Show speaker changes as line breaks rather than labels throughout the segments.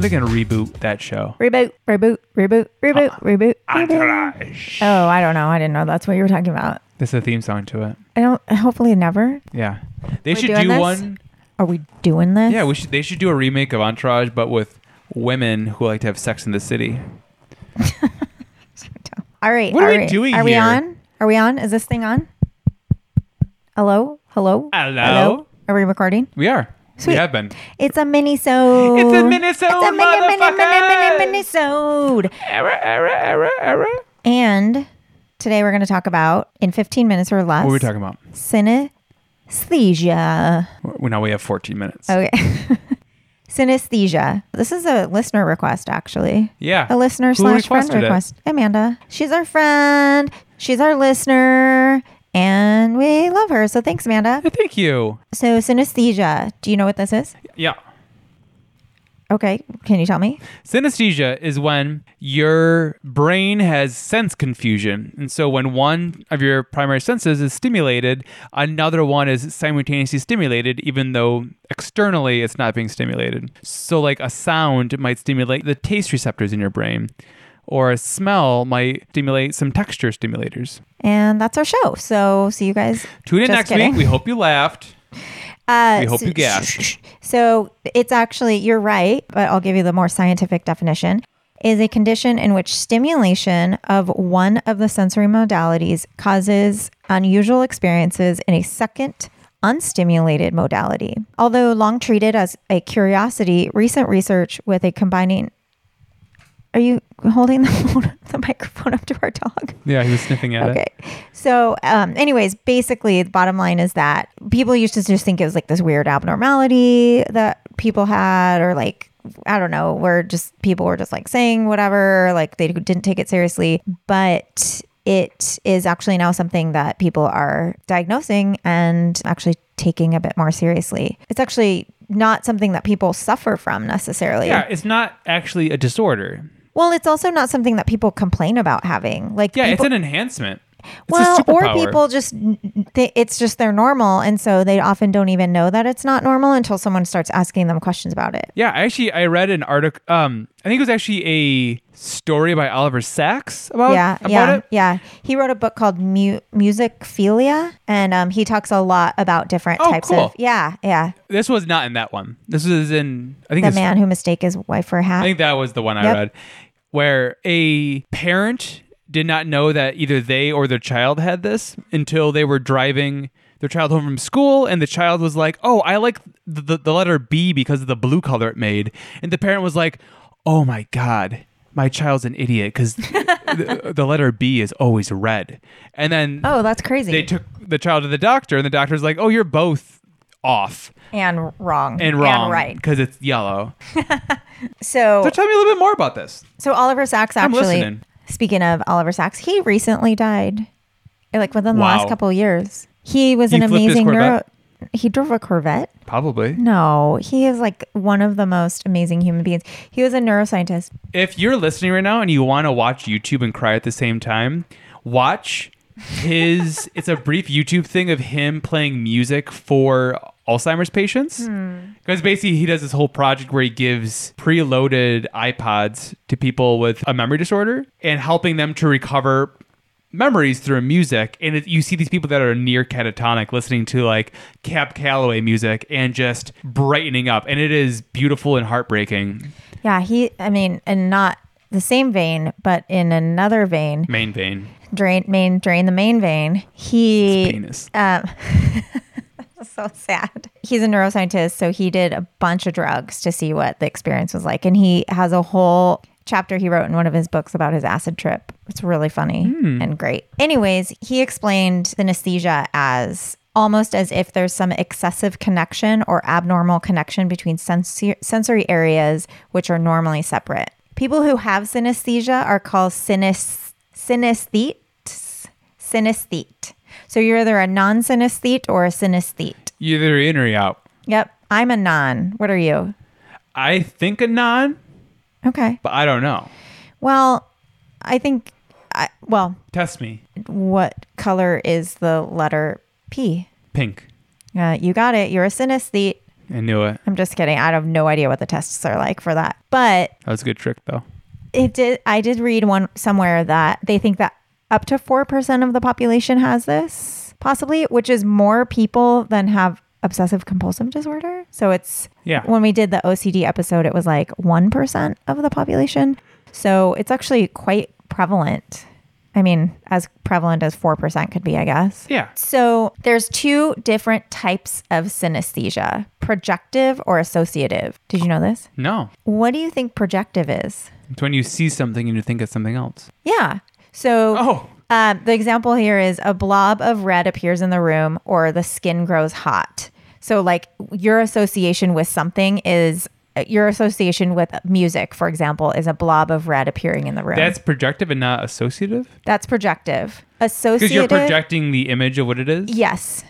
they're going to reboot that show.
Reboot, reboot, reboot, reboot,
Uh,
reboot, reboot.
Entourage.
Oh, I don't know. I didn't know that's what you were talking about.
This is the theme song to it.
I don't. Hopefully, never.
Yeah, they
We're
should
doing
do
this?
one.
Are we doing this?
Yeah, we should. They should do a remake of Entourage, but with women who like to have sex in the city.
All right.
What are
all
we
right.
doing
Are we
here?
on? Are we on? Is this thing on? Hello? Hello?
Hello?
Are we recording?
We are.
Sweet.
We have been.
It's a mini-sode.
It's a mini-sode,
It's a mini, mini, mini,
motherfuckers!
mini, mini-sode.
Error, error, error, error.
And today we're going to talk about, in 15 minutes or less,
What are we talking about?
synesthesia.
Well, now we have 14 minutes.
Okay. synesthesia. This is a listener request, actually.
Yeah.
A listener
Who
slash friend
requested it?
request. Amanda. She's our friend. She's our listener. And we love her. So thanks, Amanda.
Yeah, Thank you.
So synesthesia. Do you know what this is?
Yeah.
Okay. Can you tell me?
Synesthesia is when your brain has sense confusion. And so when one of your primary senses is stimulated, another one is simultaneously stimulated, even though externally it's not being stimulated. So, like a sound might stimulate the taste receptors in your brain, or a smell might stimulate some texture stimulators.
And that's our show. So see you guys.
Tune in
Just
next
kidding.
week. We hope you laughed.
Uh,
We hope
so-
you gasped.
So it's actually, you're right, but I'll give you the more scientific definition. Is a condition in which stimulation of one of the sensory modalities causes unusual experiences in a second unstimulated modality. Although long treated as a curiosity, recent research with a combining. Are you holding the, phone- the microphone up to our dog?
Yeah, he was sniffing at
Okay.
it.
So, um, anyways, basically, the bottom line is that people used to just think it was like this weird abnormality that people had, or like, I don't know, where just people were just like saying whatever, like they didn't take it seriously. But it is actually now something that people are diagnosing and actually taking a bit more seriously. It's actually not something that people suffer from necessarily.
Yeah, it's not actually a disorder.
Well, it's also not something that people complain about having. Like
Yeah,
people,
it's an enhancement. It's
well,
a
or
superpower.
people just they, it's just they're normal, and so they often don't even know that it's not normal until someone starts asking them questions about it.
Yeah, I actually I read an article. Um, I think it was actually a story by Oliver Sacks about
yeah,
Oh, about
yeah,
it.
yeah. He wrote a book called Mu- Musicphilia, and um, he talks a lot about different
Oh,
types
cool.
of yeah, yeah.
This was not in that one. This was in I think
The
it's-
man who mistake his wife for a
I
hat.
think that was the one I
Yep.
read, where a parent did not know that either they or their child had this until they were driving their child home from school, and the child was like, "Oh, I like the the, the letter B because of the blue color it made," and the parent was like, "Oh my god." My child's an idiot because the, the letter B is always red. And then
oh, that's crazy
they took the child to the doctor, and the doctor's like, "Oh, you're both off
and wrong
and wrong,
right.
Because it's yellow."
So
So tell me a little bit more about this.
so Oliver Sacks
I'm
actually.
listening.
Speaking of Oliver Sacks, he recently died, like within the last
Wow.
couple years. He was
He
an
flipped his
amazing neuro.
Corvette?
He drove a Corvette.
Probably.
No, he is like one of the most amazing human beings. He was a neuroscientist.
If you're listening right now and you want to watch YouTube and cry at the same time, watch his. it's a brief YouTube thing of him playing music for Alzheimer's patients. Because basically, he does this whole project where he gives preloaded iPods to people with a memory disorder and helping them to recover memories through music and it, you see these people that are near catatonic listening to like cab calloway music and just brightening up and it is beautiful and heartbreaking
Yeah, he, I mean, and not the same vein, but in another vein,
main vein
drain, main, drain the main vein. He,
penis
um, so sad. He's a neuroscientist, so he did a bunch of drugs to see what the experience was like. And he has a whole chapter he wrote in one of his books about his acid trip. It's really funny and great. Anyways, he explained synesthesia as almost as if there's some excessive connection or abnormal connection between sensi- sensory areas which are normally separate. People who have synesthesia are called synes- synesthetes synesthete. So you're either a non synesthete or a synesthete.
either in or out
Yep. I'm a non. What are you?
i think a non
Okay.
but i don't know
Well, I think, I, well,
test me
what color is the letter P?
pink
Uh, you got it. You're a synesthete.
I knew it.
I'm just kidding. I have no idea what the tests are like for that. But
That was a good trick, though.
it did I did read one somewhere that they think that up to 4% of the population has this possibly, which is more people than have obsessive compulsive disorder. So it's
Yeah.
when we did the OCD episode it was like 1% of the population. So it's actually quite prevalent. I mean, as prevalent as 4% could be, I guess.
Yeah.
So there's two different types of synesthesia projective or associative. Did you know this?
No.
What do you think projective is?
It's when you see something and you think it's something else.
Yeah. So
Oh.
um, the example here is a blob of red appears in the room or the skin grows hot. So, like, your association with something is uh, your association with music, for example, is a blob of red appearing in the room.
That's projective and not associative?
That's projective. Associative.
Because you're projecting the image of what it is?
yes.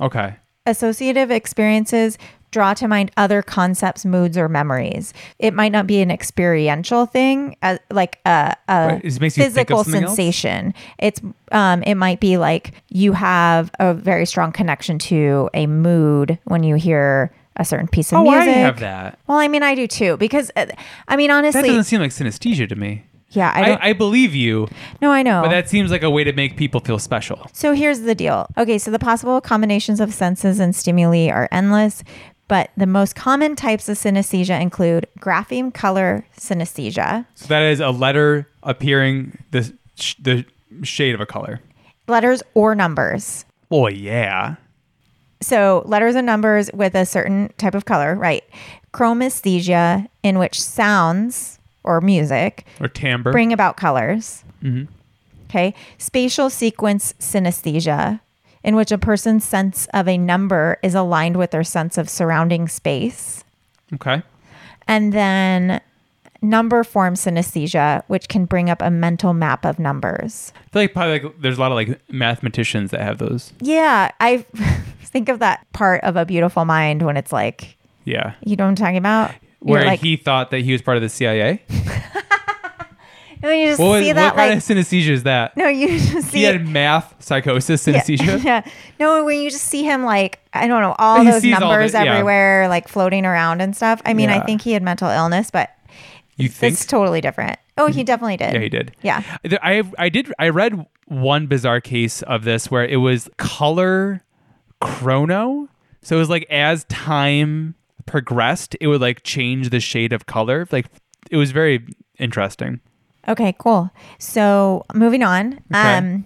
Okay.
Associative experiences draw to mind other concepts, moods, or memories. It might not be an experiential thing, uh, like a, a
Right, it makes you think of
physical
something else?
sensation. It's um, it might be like you have a very strong connection to a mood when you hear a certain piece of
Oh,
music.
I have that.
Well, I mean, I do too, because uh, I mean,
That
honestly,
doesn't seem like synesthesia to me.
yeah, I
I, Oh.
don't.
I, believe you,
no, I know.
but that seems like a way to make people feel special.
So here's the deal. Okay, so the possible combinations of senses and stimuli are endless, but the most common types of synesthesia include grapheme color synesthesia,
So that is a letter appearing the sh- the shade of a color.
letters or numbers.
Oh yeah.
So letters and numbers with a certain type of color, right? Chromesthesia, in which sounds or music
Or timbre.
bring about colors. Okay. Spatial sequence synesthesia, in which a person's sense of a number is aligned with their sense of surrounding space.
okay.
And then number form synesthesia, which can bring up a mental map of numbers.
I feel like probably like, there's a lot of like mathematicians that have those.
Yeah, I think of that part of A Beautiful Mind when it's like,
Yeah.
you know what I'm talking about? You're
Where
like,
he thought that he was part of the CIA.
and then you just
What, was-
see
what
that
kind
like,
of synesthesia is that?
no, you just see
he had math psychosis
yeah,
synesthesia.
yeah. No, when you just see him like, I don't know, all
He
those
sees all
numbers
the- yeah.
everywhere, like floating around and stuff. I mean,
Yeah.
I think he had mental illness, but
You think? Mm-hmm.
it's totally different. Oh, he definitely did.
Yeah, he did.
Yeah.
There- I I did I read one bizarre case of this where it was color chrono. So it was like as time progressed, it would like change the shade of color. Like it was very interesting.
Okay, cool. So moving on. Um,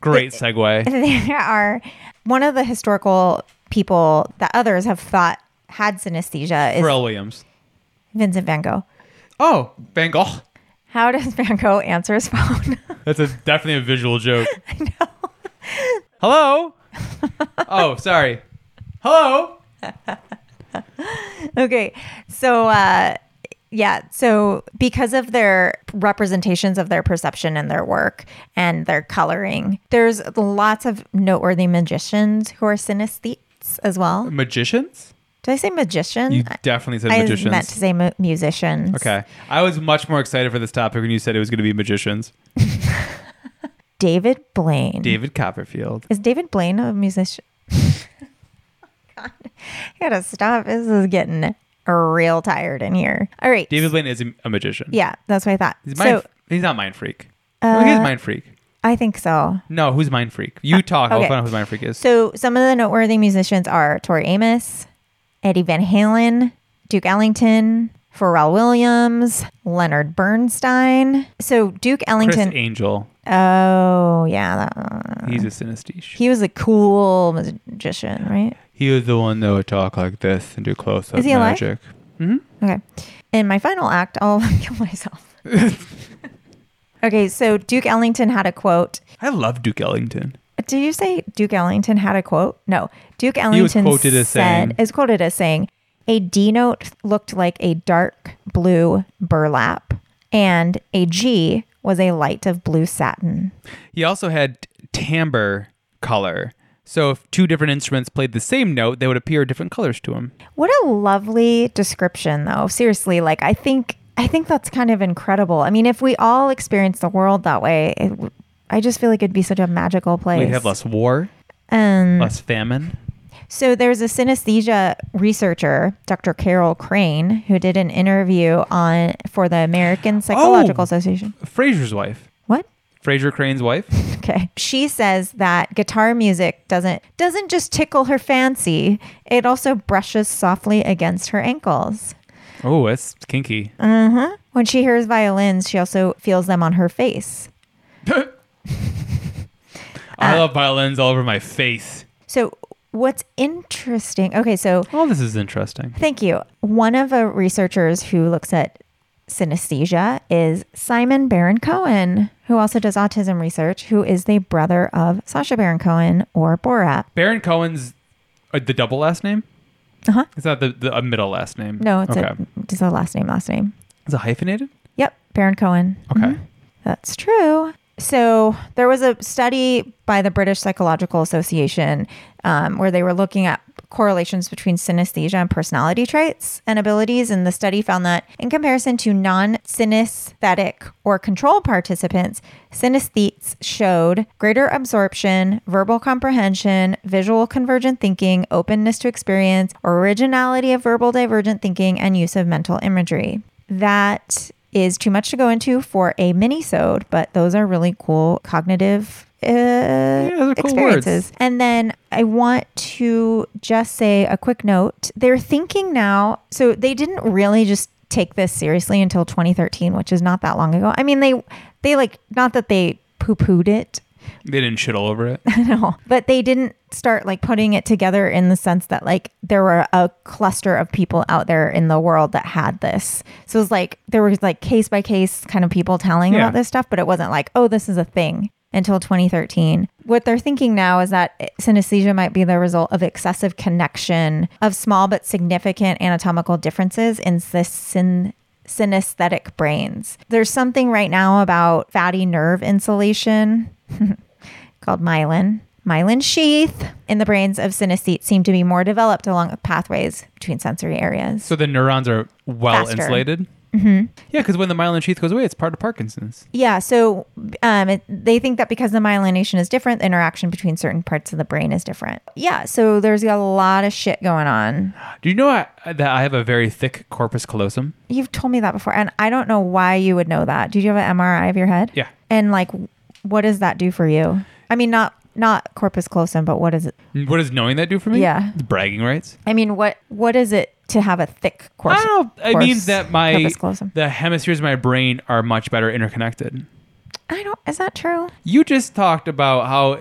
Great segue.
there are one of the historical people that others have thought had synesthesia is
Pharrell Williams.
Vincent van Gogh.
Oh, Van Gogh.
How does Van Gogh answer his phone?
That's a definitely a visual joke. I know. Hello. oh, sorry. Hello.
okay, so uh, yeah, so because of their representations of their perception and their work and their coloring, there's lots of noteworthy magicians who are synesthetes as well.
Magicians.
Did I say magician?
You definitely said
Mm, I
magicians.
meant to say mu- musicians.
Okay. I was much more excited for this topic when you said it was going to be magicians.
David Blaine.
David Copperfield.
Is David Blaine a musician? God, I gotta stop. This is getting real tired in here. All right.
David Blaine is a- a magician.
Yeah, that's what I thought.
He's, mind,
So Uh,
he's not mind freak. No, he is mind freak.
I think so.
No, who's mind freak? You talk. I'll
uh, okay.
find out who mind freak is.
So some of the noteworthy musicians are Tori Amos, Eddie Van Halen, Duke Ellington, Pharrell Williams, Leonard Bernstein. So Duke
Chris
Ellington.
Angel.
Oh yeah, that,
He's a synesthete.
Uh, he was a cool magician, right?
He was the one that would talk like this and do close up
Is he alive?
magic.
Okay. In my final act, I'll kill myself. okay, so Duke Ellington had a quote.
I love Duke Ellington.
Did you say Duke Ellington had a quote? No. Duke Ellington
was quoted as
said,
saying-
is quoted as saying, a D note looked like a dark blue burlap, and a G was a light of blue satin.
He also had timbre color. So if two different instruments played the same note, they would appear different colors to him.
What a lovely description though. Seriously, like I think I think that's kind of incredible. I mean, if we all experience the world that way, it, w- I just feel like it'd be such a magical place.
We'd have less war,
Um,
less famine.
So there's a synesthesia researcher, Dr. Carol Crane, who did an interview on for the American Psychological
Oh.
Association.
Fraser's wife,
What?
Fraser Crane's wife.
Okay. She says that guitar music doesn't doesn't just tickle her fancy, it also brushes softly against her ankles.
Oh, that's kinky.
Uh, When she hears violins, she also feels them on her face.
I love violins all over my face.
So what's interesting? Okay, so
Oh, this is interesting.
Thank you. One of the researchers who looks at synesthesia is Simon Baron Cohen, who also does autism research, who is the brother of Sasha Baron Cohen or Borat.
Baron Cohen's uh, the double last name.
Uh-huh.
It's not the, the a middle last name.
No, it's
okay.
a just a last name, last name.
Is it hyphenated?
Yep, Baron Cohen.
Okay.
Mhm. That's true. So there was a study by the British Psychological Association um, where they were looking at correlations between synesthesia and personality traits and abilities. And the study found that in comparison to non synesthetic or control participants, synesthetes showed greater absorption, verbal comprehension, visual convergent thinking, openness to experience, originality of verbal divergent thinking, and use of mental imagery. That is too much to go into for a mini-sode, but those are really cool cognitive uh,
those are cool
experiences.
words.
And then I want to just say a quick note. They're thinking now, so they didn't really just take this seriously until 2013, which is not that long ago. I mean, they they like not that they poo-pooed it,
They didn't shit all over it.
no, but they didn't start like putting it together in the sense that like there were a cluster of people out there in the world that had this. So it was like there was like case by case kind of people telling
Yeah.
about this stuff, but it wasn't like, oh, this is a thing until 2013. What they're thinking now is that synesthesia might be the result of excessive connection of small but significant anatomical differences in this syn- synesthetic brains. There's something right now about fatty nerve insulation called myelin. Myelin sheath in the brains of synesthetes seem to be more developed along pathways between sensory areas.
So the neurons are well
Faster.
insulated. Mm-hmm. Yeah, because when the myelin sheath goes away, it's part of Parkinson's.
Yeah, so um, it, they think that because the myelination is different, the interaction between certain parts of the brain is different. Yeah, so there's a lot of shit going on.
Do you know I, that I have a very thick corpus callosum?
You've told me that before, and I don't know why you would know that. Did you have an MRI of your head?
Yeah.
And like, what does that do for you? I mean, not not corpus callosum, but what is it?
Mm, What does knowing that do for me?
Yeah.
It's bragging rights.
I mean, what what is it to have a thick corpus?
I don't know. It
corpus-
means that my
corpus callosum?
the hemispheres of my brain are much better interconnected.
I don't. Is that true?
You just talked about how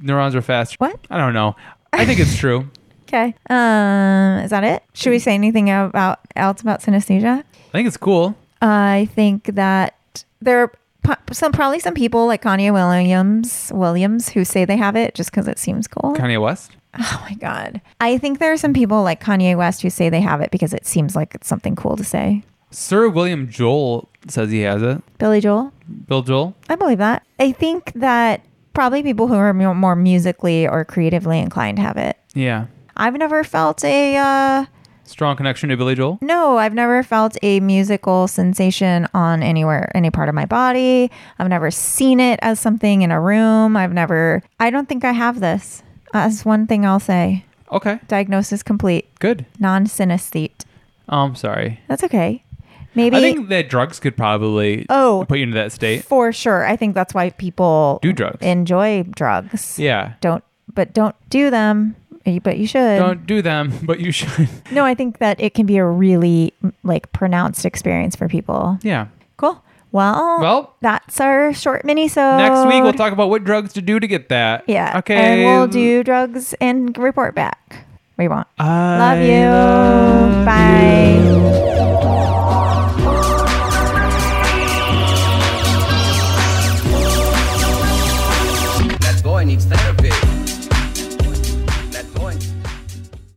neurons are faster.
What?
I don't know. I think it's true.
Okay. Um, is that it? Should we say anything about else about synesthesia?
I think it's cool.
I think that there are po- some probably some people like Kanye Williams Williams who say they have it just because it seems cool.
Kanye West.
Oh my god! I think there are some people like Kanye West who say they have it because it seems like it's something cool to say.
Sir William Joel says he has it.
Billy Joel,
Bill Joel.
I believe that. I think that probably people who are mu- more musically or creatively inclined have it.
Yeah.
I've never felt a uh,
Strong connection to Billy Joel.
No, I've never felt a musical sensation on anywhere, any part of my body. I've never seen it as something in a room. I've never, I don't think I have this. That's one thing I'll say.
Okay.
Diagnosis complete,
Good.
non synesthete.
Oh, I'm sorry.
That's okay. Maybe,
I think that drugs could probably
Oh.
put you into that state.
for sure. I think that's why people
Do drugs.
enjoy drugs.
Yeah.
Don't, but don't do them, but you should.
Don't do them, but you should.
No, I think that it can be a really like pronounced experience for people.
Yeah.
Cool. Well,
Well,
that's our short mini so
next week we'll talk about what drugs to do to get that.
Uh, yeah
Okay.
and we'll do drugs and report back we won't
I
love you
love
bye
you.